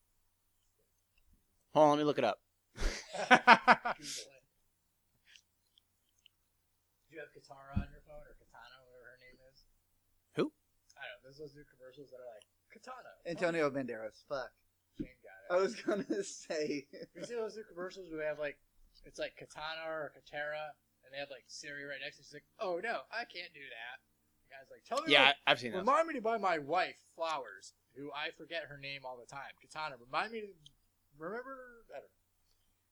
Hold on, let me look it up. Google it. Do you have Katara on your phone or Katana, whatever her name is? Who? I don't know. There's those new commercials that are like Katana. Antonio Banderas. Fuck. Shane got it. I was gonna *laughs* say You see those new commercials where they have like, it's like Katana or Katara, and they have like Siri right next to. She's like, "Oh no, I can't do that." The guy's like, "Tell *laughs* me." Yeah, what- I- I've seen that. Remind me to buy my wife flowers, who I forget her name all the time. Katana, remind me to remember. I don't know.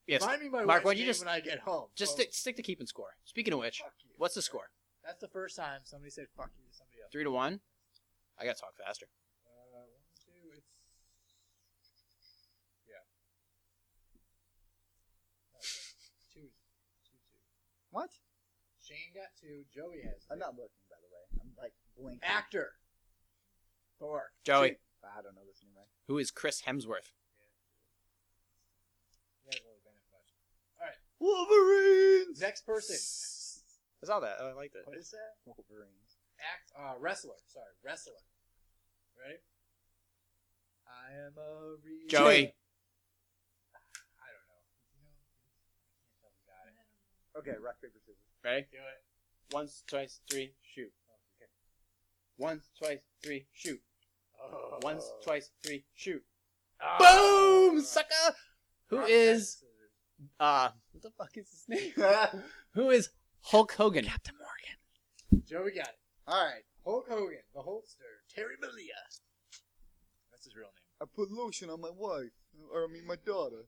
Yes. Remind me my Mark, Mark, why don't wife's you name just- when I get home. Just Oh, stick, stick to keeping score. Speaking of which, fuck you. what's the score? That's the first time somebody said "fuck you" to somebody else. Three to one. I gotta talk faster. Uh, one, two, it's yeah. Okay. Two, two, two. what? Shane got two. Joey has. I'm two. not looking, by the way. I'm like blinking. actor. Thor. Joey. Shane. I don't know this name. Right. Who is Chris Hemsworth? He hasn't really been in much. All right, Wolverines. next person. I saw that. Oh, I liked it. What is that? Wolverines. act uh, wrestler. Sorry, wrestler. Ready? I am a real Joey. I don't know. You know, I can't tell if you got it. Okay, rock paper scissors. Ready? Do it. Once, twice, three, shoot. Once, twice, three, shoot. Oh. Once, twice, three, shoot. Ah. Oh. Boom, sucker! Who Rock, is paper, scissors. uh? What the fuck is his name? *laughs* Who is Hulk Hogan? Captain Morgan. Joey got it. All right. Hulk Hogan, the Hulkster, Terry Malia. That's his real name. I put lotion on my wife, or I mean my daughter.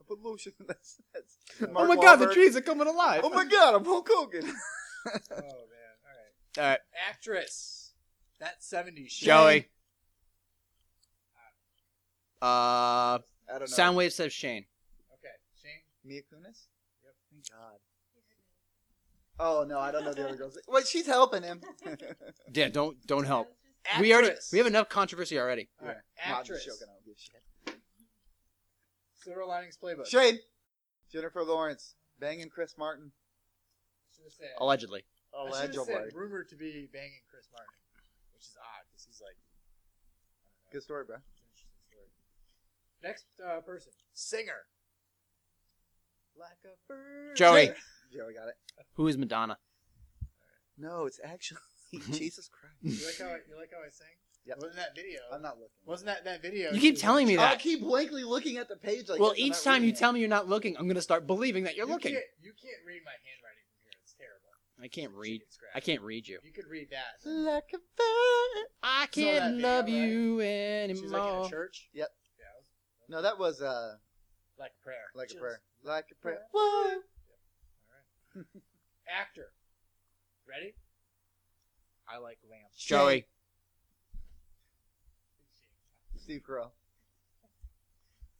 I put lotion. *laughs* That's that's. oh Mark my God, the Wahlberg. trees are coming alive. Oh my god, I'm Hulk Hogan. oh man. All right. All right, *laughs* Actress. That 70s shit. Joey. Uh, I don't know. Soundwave says Shane. Okay. Shane. Mia Kunis. Yep. Thank God. Oh no, I don't know the other girls. Wait, she's helping him. *laughs* Yeah, don't don't help. We already Actress. we have enough controversy already. All right. Not Actress. joking. I don't give a shit. Silver Linings Playbook. Shane. Jennifer Lawrence banging Chris Martin. Should have said. Allegedly. I should have Allegedly. said rumored to be banging Chris Martin, which is odd because he's like. I don't know, Good story, bro. it's an interesting story. Next uh, person, singer. Like a bird. Joey. Joey got it. Who is *laughs* Madonna? No, it's actually Jesus Christ. You like how I, you like how I sang? Yep. Wasn't that video? I'm not looking. Wasn't that that video? You keep she- telling me I that. keep blankly looking at the page. Like Well, this, I'm each not time you reading it. tell me you're not looking, I'm gonna start believing that you're you looking. Can't, you can't read my handwriting from here. It's terrible. I can't read. Chicken scratch. I can't read you. You could read *laughs* that. like a bird. I Saw that can't video, love right? you anymore. She's like in a church. Yep. Yeah. it was No, that was uh Like a prayer. like a Just- prayer, like a prayer. What? All right. Actor. Ready? I like lamb. Joey. Steve Carell.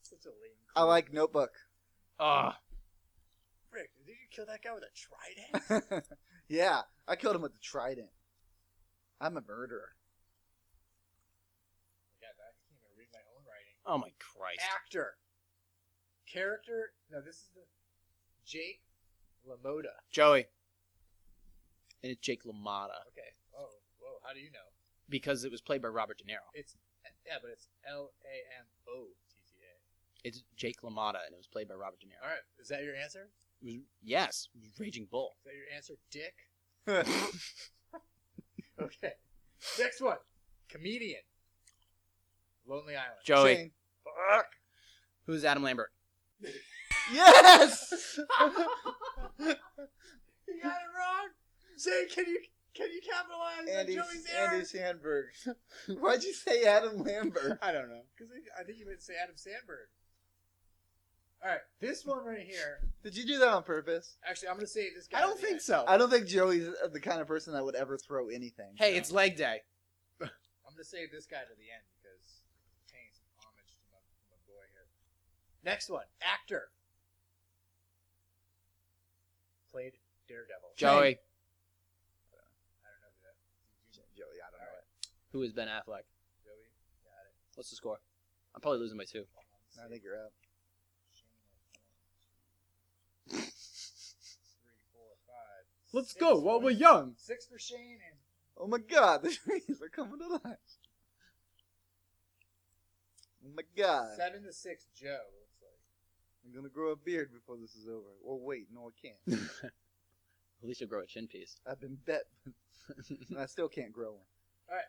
Such a lame. I like Notebook. *laughs* Ugh. Rick, did you kill that guy with a *laughs* trident? yeah, I killed him with the trident. I'm a murderer. God, I can't even read my own writing. Oh my Christ. Actor. Character. No, this is the Jake Lamoda. Joey. And it's Jake LaMotta Okay. Oh, whoa. How do you know? because it was played by Robert De Niro. It's yeah, but it's L A M O T T A. It's Jake LaMotta and it was played by Robert De Niro. All right. Is that your answer? It was, yes, it was Raging Bull. Is that your answer, Dick? Okay. Next one. Comedian. Lonely Island. Joey. Shane. Fuck. Who's Adam Lambert? Yes. You got it wrong. Zane, can you can you capitalize Andy, on Joey's Andy error? Sandberg. *laughs* Why'd you say Adam Lambert? I don't know. Because I think you meant to say Adam Sandberg. All right. This one right here. Did you do that on purpose? Actually, I'm gonna save this guy. I don't think so. I don't think Joey's the kind of person that would ever throw anything. Hey, it's leg day. I'm gonna save this guy to the end because I'm paying some homage to my, to my boy here. Next one, actor. Played Daredevil. Joey. I don't know who that. Joey, I don't know it. Who is Ben Affleck? Joey. Got it. What's the score? I'm probably losing by two. I think you're up. Three, four, five. Let's six go while for- we're young. Six for Shane and Oh my god, *laughs* the trees are coming to life. Oh my god. seven to six. Joe looks like. I'm gonna grow a beard before this is over. Well, wait, no, I can't. *laughs* At least you'll grow a chin piece. I've been bet, *laughs* and I still can't grow one. All right.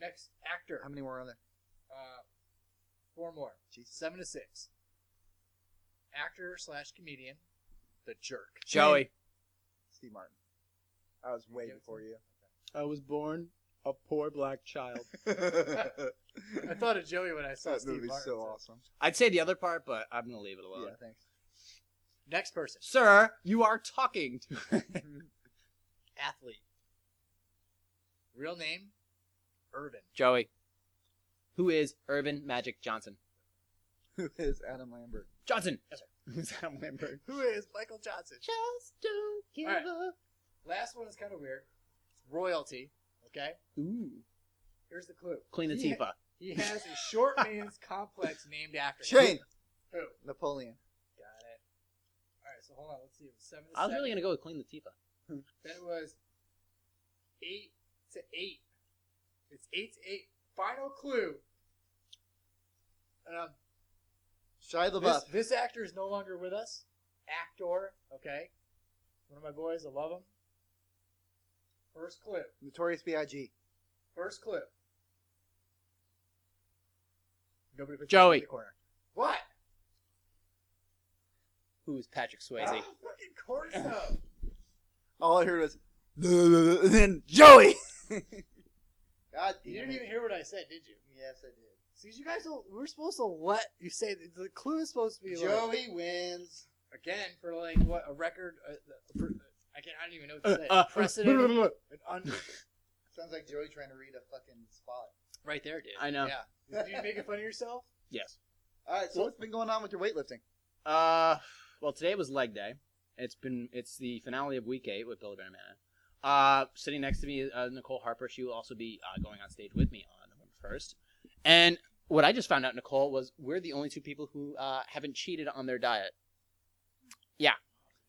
Next actor. How many more are there? Uh, four more. Jesus. Seven to six. Actor slash comedian, the jerk. Joey. Steve Martin. I was way Give it before you. I was born a poor black child. I *laughs* I thought of Joey when I saw that Steve movie's Martin. so awesome. *laughs* I'd say the other part, but I'm gonna leave it alone. Yeah, thanks. *laughs* Next person, Sir, you are talking to athlete. Real name, Irvin. *laughs* Joey. Who is Urban Magic Johnson? Who is Adam Lambert? Johnson. Yes, sir. *laughs* Who's Adam Lambert? Who is Michael Johnson? Just don't give Alright. up. Last one is kind of weird. It's royalty. Okay. Ooh. Here's the clue. Clean *laughs* the he teapot. He has a *laughs* short man's complex named after him. Shane Who? Napoleon. Got it. All right. So hold on. Let's see. It was seven. To I was seven. really gonna go with Clean the teapot. Then it was eight to eight. It's eight to eight. Final clue. Um, Shia LaBeouf. this, this actor is no longer with us. Actor, okay. One of my boys, I love him. First clue. Notorious B.I.G. First clue. Nobody put Joey. their hand in the corner. What? Who is Patrick Swayze? Ah, fucking course though. All I heard was and then Joey. God You didn't even hear what I said, did you? Yes, I See, you guys, don't- we're supposed to let you say the, the clue is supposed to be. like- Joey wins. again for like what a record. Uh, the- for, I can I don't even know what Uh, to say. uh, *laughs* Precedent and *laughs* un- Sounds like Joey trying to read a fucking spot. right there, dude. I know. Yeah. Did you making fun of yourself? Yes. All right, so what's been going on with your weightlifting? Uh, well, today was leg day. It's been it's the finale of week eight with Billy Bear Manning. Uh, sitting next to me is uh, Nicole Harper. She will also be uh, going on stage with me on November first. And what I just found out, Nicole, was we're the only two people who uh, haven't cheated on their diet.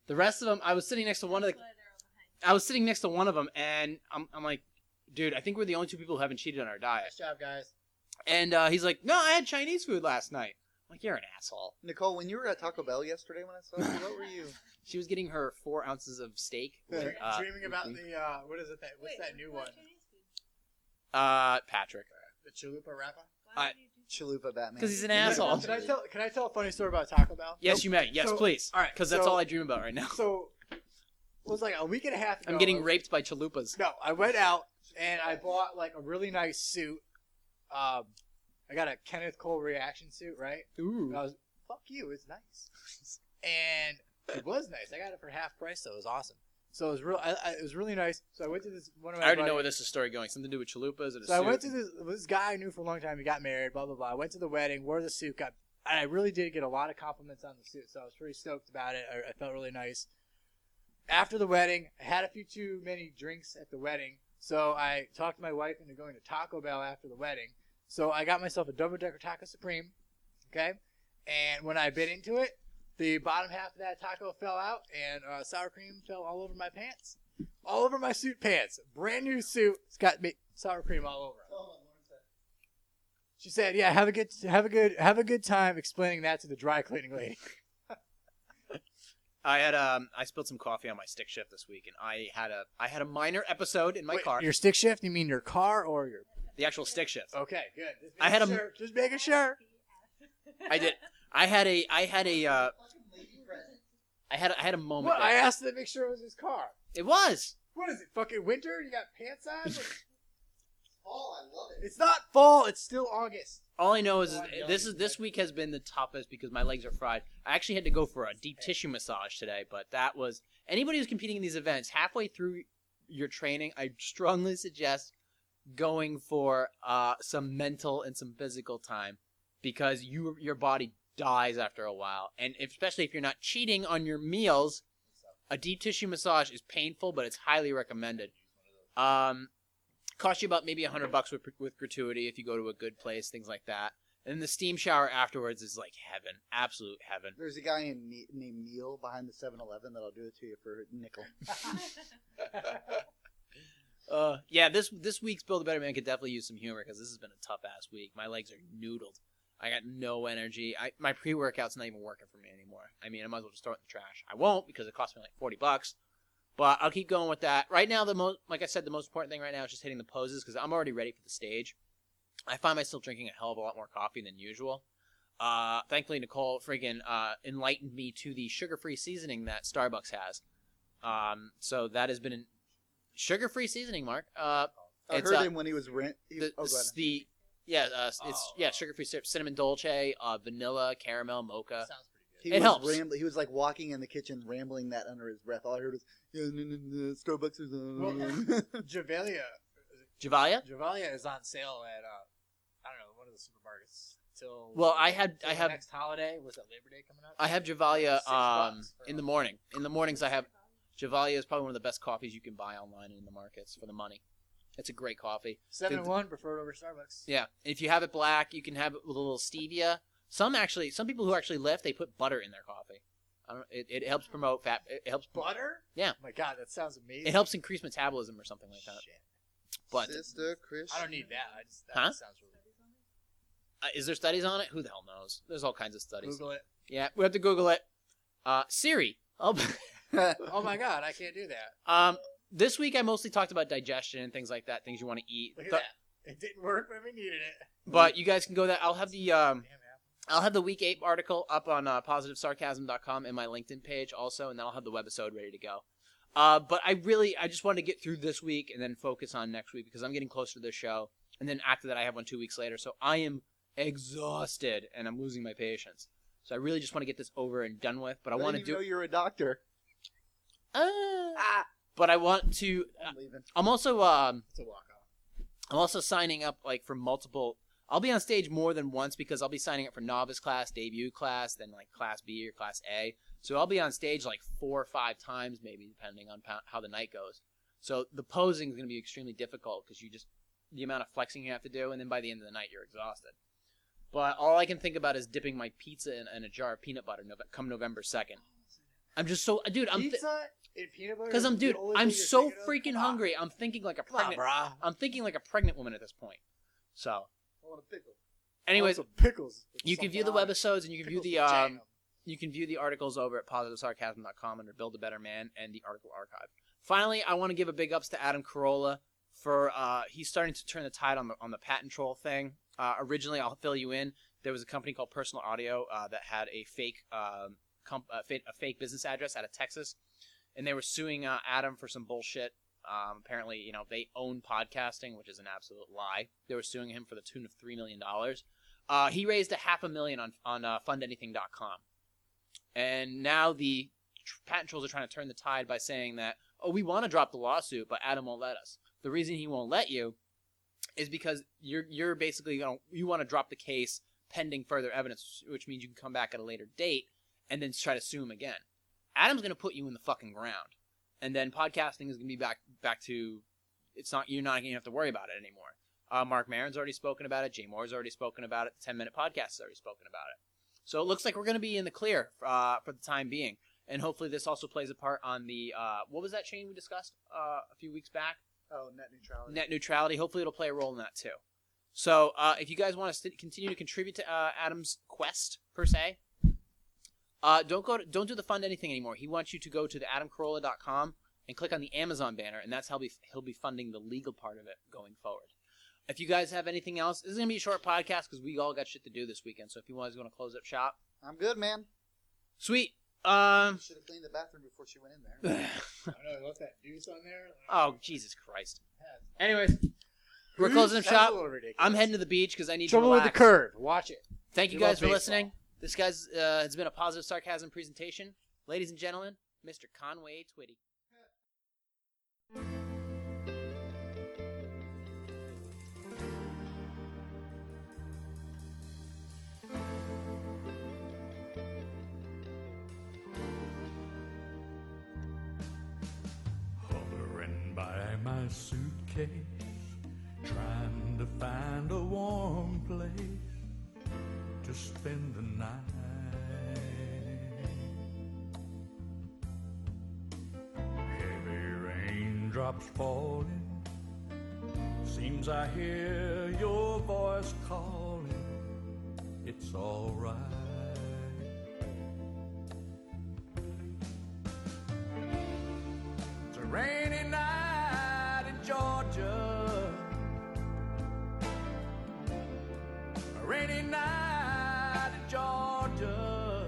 The rest of them, I was sitting next to one of the I was sitting next to one of them, and I'm, I'm like, dude, I think we're the only two people who haven't cheated on our diet. Nice job, guys. And uh, he's like, no, I had Chinese food last night. I'm like, you're an asshole. Nicole, when you were at Taco Bell yesterday when I saw *laughs* you, what were you? She was getting her four ounces of steak. with, Dream- uh, Dreaming about the uh, what is it? That what's that new one? uh, Patrick. The chalupa wrappa. I- Chalupa Batman. 'Cause he's an You Can I- asshole. Can I tell? Can I tell a funny story about Taco Bell? Yes, you may. Yes, So- please. all right, Because that's so- all I dream about right *laughs* now. So it was like a week and a half. ago. I'm getting I was- raped by chalupas. No, I went out and I bought like a really nice suit. Um, I got a Kenneth Cole reaction suit, right? Ooh. And I was fuck you, it's nice, and it was nice. I got it for half price, so it was awesome. So it was real. I, I, it was really nice. So I went to this one of I my. already buddies- know where this is story going. Something to do with chalupas. And a So I suit. went to this this guy I knew for a long time. He got married, blah blah blah. I went to the wedding, wore the suit, got, and I really did get a lot of compliments on the suit. So I was pretty stoked about it. I, I felt really nice. After the wedding, I had a few too many drinks at the wedding, so I talked my wife into going to Taco Bell after the wedding. So I got myself a double decker taco supreme, okay, and when I bit into it, the bottom half of that taco fell out, and uh, sour cream fell all over my pants, all over my suit pants. Brand new suit. It's got ma- sour cream all over. it. She said, "Yeah, have a good, have a good, have a good time explaining that to the dry cleaning lady." I had um I spilled some coffee on my stick shift this week, and I had a I had a minor episode in *laughs* my Wait, car. Your stick shift? You mean your car or your? The actual stick shift. Okay, good. Just I had making a- sure. just making sure. I did. I had a I had a *laughs* uh, I had a, I had a moment. What? I there. asked to make sure it was his car. it was. What is it? Fucking winter? You got pants on? *laughs* Oh, I love it's not fall. It's still August. All I know is, Oh, is I know this you is this said- week has been the toughest because my legs are fried. I actually had to go for a deep tissue massage today, but that was anybody who's competing in these events halfway through your training. I strongly suggest going for uh, some mental and some physical time because you your body dies after a while, and especially if you're not cheating on your meals, a deep tissue massage is painful, but it's highly recommended. Um, costs you about maybe a hundred bucks with, with gratuity if you go to a good place, things like that. And the steam shower afterwards is like heaven, absolute heaven. There's a guy in, Ne- named Neil behind the 7-Eleven that'll do it to you for a nickel. Uh, yeah, this this week's Build a Better Man could definitely use some humor because this has been a tough ass week. My legs are noodled. I got no energy. I, my pre workout's not even working for me anymore. I mean, I might as well just throw it in the trash. I won't because it cost me like forty bucks. But I'll keep going with that. Right now, the most, like I said, the most important thing right now is just hitting the poses because I'm already ready for the stage. I find myself drinking a hell of a lot more coffee than usual. Uh, thankfully, Nicole friggin' uh, enlightened me to the sugar-free seasoning that Starbucks has. Um, so that has been an sugar-free seasoning, Mark. Uh, I It's, heard uh, him when he was rent. He, the, oh, go ahead. the yeah, uh, it's Oh. yeah, sugar-free syrup, cinnamon dolce, uh, vanilla, caramel, mocha. Sounds pretty He it was helps. Rambling, he was like walking in the kitchen, rambling that under his breath. All I heard was, yeah, no, no, no, Starbucks is uh, on. *laughs* good. Javalia, Javalia. Javalia is on sale at uh, I don't know one of the supermarkets till. Well, I had- till I have- next holiday. Was that Labor Day coming up? I have Javalia Six um, bucks for in a- the morning. In the mornings, I have Javalia is probably one of the best coffees you can buy online and in the markets for the money. It's a great coffee. Seven and Did- one preferred over Starbucks. Yeah, and if you have it black, you can have it with a little stevia. Some actually, some people who actually left, they put butter in their coffee. I don't, it, it helps promote fat. It it helps. Butter? Yeah. Oh my God, that sounds amazing. It helps increase metabolism or something like that. Shit. But Sister Chris. I don't need that. I just, that Huh? just sounds really uh, is there studies on it? Who the hell knows? There's all kinds of studies. Google it. Yeah, we have to Google it. Uh, Siri. *laughs* Oh, Oh my God, I can't do that. um, this week I mostly talked about digestion and things like that, things you want to eat. Look at Th- that. It didn't work when we needed it. But you guys can go there. I'll have the um, Damn Apple. I'll have the week eight article up on uh, positivesarcasm.com and my LinkedIn page also, and then I'll have the webisode ready to go. Uh, but I really, I just wanted to get through this week and then focus on next week because I'm getting closer to the show, and then after that I have one two weeks later, so I am exhausted and I'm losing my patience. So I really just want to get this over and done with. But I want to know do. you're a doctor. Ah, but I want to. I'm leaving. I'm also um, It's a walk off. I'm also signing up like for multiple. I'll be on stage more than once because I'll be signing up for novice class, debut class, then like class B or class A. So I'll be on stage like four or five times, maybe depending on pow- how the night goes. So the posing is going to be extremely difficult because you just the amount of flexing you have to do, and then by the end of the night you're exhausted. But all I can think about is dipping my pizza in, in a jar of peanut butter Nov- come November second. I'm just so, dude. I'm Pizza and peanut butter. because I'm, is the dude. only I'm thing you're so thinking of? freaking Come on. hungry. I'm thinking like a Come on, pregnant. brah. I'm thinking like a pregnant woman at this point. So, I want a pickle. anyways, I want some pickles. with you can view the something on it. webisodes and you can view Pickles the with um, jam. you can view the articles over at positivesarcasm.com under Build a Better Man and the article archive. Finally, I want to give a big ups to Adam Carolla for uh, he's starting to turn the tide on the on the patent troll thing. Uh, originally, I'll fill you in. There was a company called Personal Audio uh, that had a fake um, comp- a, fa- a fake business address out of Texas, and they were suing uh, Adam for some bullshit. Um, apparently, you know they own podcasting, which is an absolute lie. They were suing him for the tune of three million dollars. Uh, he raised a half a million on on uh, fundanything.com and now the tr- patent trolls are trying to turn the tide by saying that oh we want to drop the lawsuit but adam won't let us the reason he won't let you is because you're you're basically going to you want to drop the case pending further evidence which means you can come back at a later date and then try to sue him again adam's going to put you in the fucking ground and then podcasting is going to be back back to it's not you're not going to have to worry about it anymore uh, mark Maron's already spoken about it jay moore's already spoken about it the 10 minute podcast has already spoken about it so it looks like we're going to be in the clear uh, for the time being, and hopefully this also plays a part on the uh, what was that chain we discussed uh, a few weeks back? Oh, net neutrality. Net neutrality. Hopefully it'll play a role in that too. So uh, if you guys want to st- continue to contribute to uh, Adam's quest per se, uh, don't go to, don't do the fund anything anymore. He wants you to go to the adamcarolla.com and click on the Amazon banner, and that's how be, he'll be funding the legal part of it going forward. If you guys have anything else, this is gonna be a short podcast because we all got shit to do this weekend. So if you guys want to close up shop, I'm good, man. Sweet. Um. *sighs* Should have cleaned the bathroom before she went in there. I know. You left that deuce on there. oh Jesus Christ. That's- Anyways, we're Deuce? closing up That's a shop. little ridiculous. I'm heading to the beach because I need Trouble to with relax. the curve. Watch it. Thank you We love guys for baseball. listening. This guy's uh, has been a positive sarcasm presentation, ladies and gentlemen. Mr. Conway Twitty. Hovering by my suitcase, trying to find a warm place to spend the night. Heavy raindrops falling, seems I hear your voice calling. It's alright. It's a rainy night in Georgia. A rainy night in Georgia.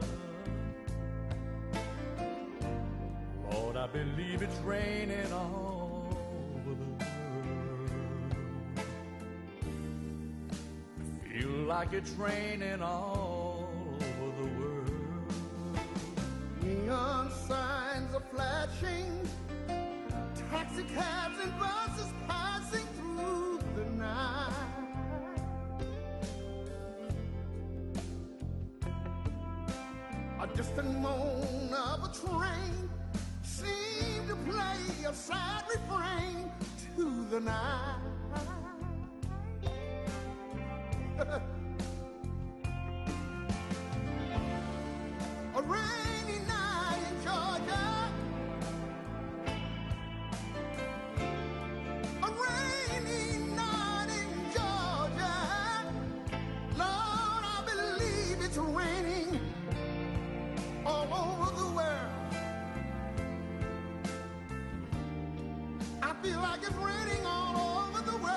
Lord, I believe it's raining all over the world. I feel like it's raining all over the world. Neon signs are flashing, taxi cabs and buses passing through the night. A distant moan of a train seemed to play a sad refrain to the night. A rainy night in Georgia. A rainy night in Georgia. Lord, I believe it's raining all over the world. I feel like it's raining all over the world.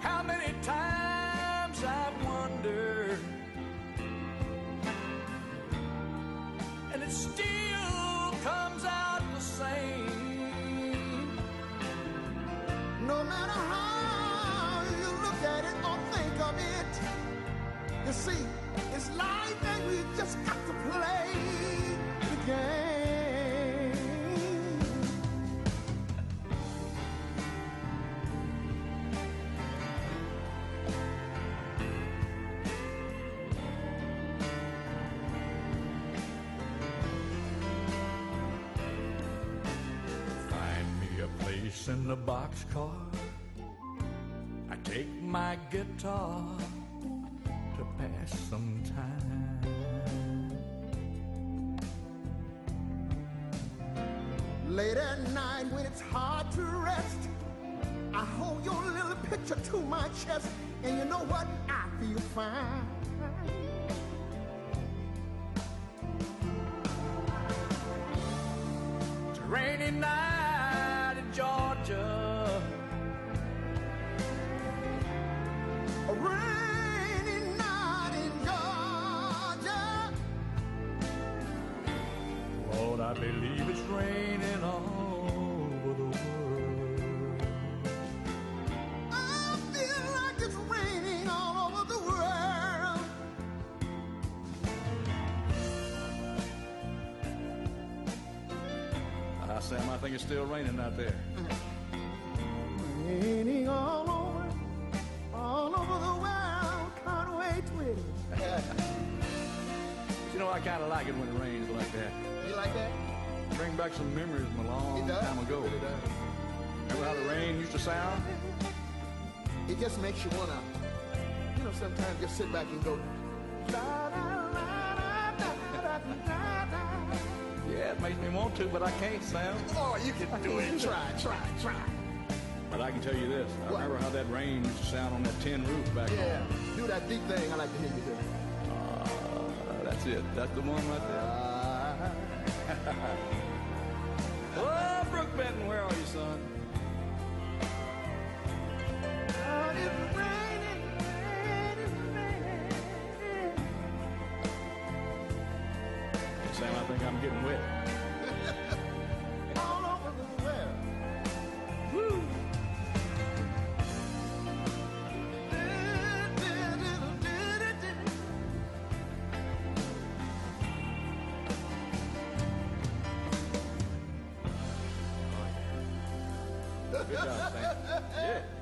How many times I've wondered, and it still comes out the same. No matter how you look at it or think of it, you see, it's life and we just got to play the game. Find me a place in the boxcar. I take my guitar to pass some time. Late at night when it's hard to rest, I hold your little picture to my chest, and you know what? I feel fine. It's a rainy night in Georgia. A rainy night in Georgia. Lord, I believe it's raining all over the world. I feel like it's raining all over the world. Ah, Sam, I think it's still raining out there. Raining all over, all over the world. Can't wait to it. You know, I kind of like it when it rains like that. You like that? Bring back some memories from a long It does. time ago. It does. Remember how the rain used to sound? It just makes you wanna, you know, sometimes just sit back and go. Yeah, it makes me want to, but I can't, Sam. Oh, you can do it. Try, try, try. But I can tell you this. I What? remember how that rain used to sound on that tin roof back Yeah, do that deep thing. I like to hear you do. home. Ah, that's it. That's the one right there. Uh, Oh, Brooke Benton, where are you, son? Sam, I think I'm getting wet. All over the world. Good job, Sam. Yeah.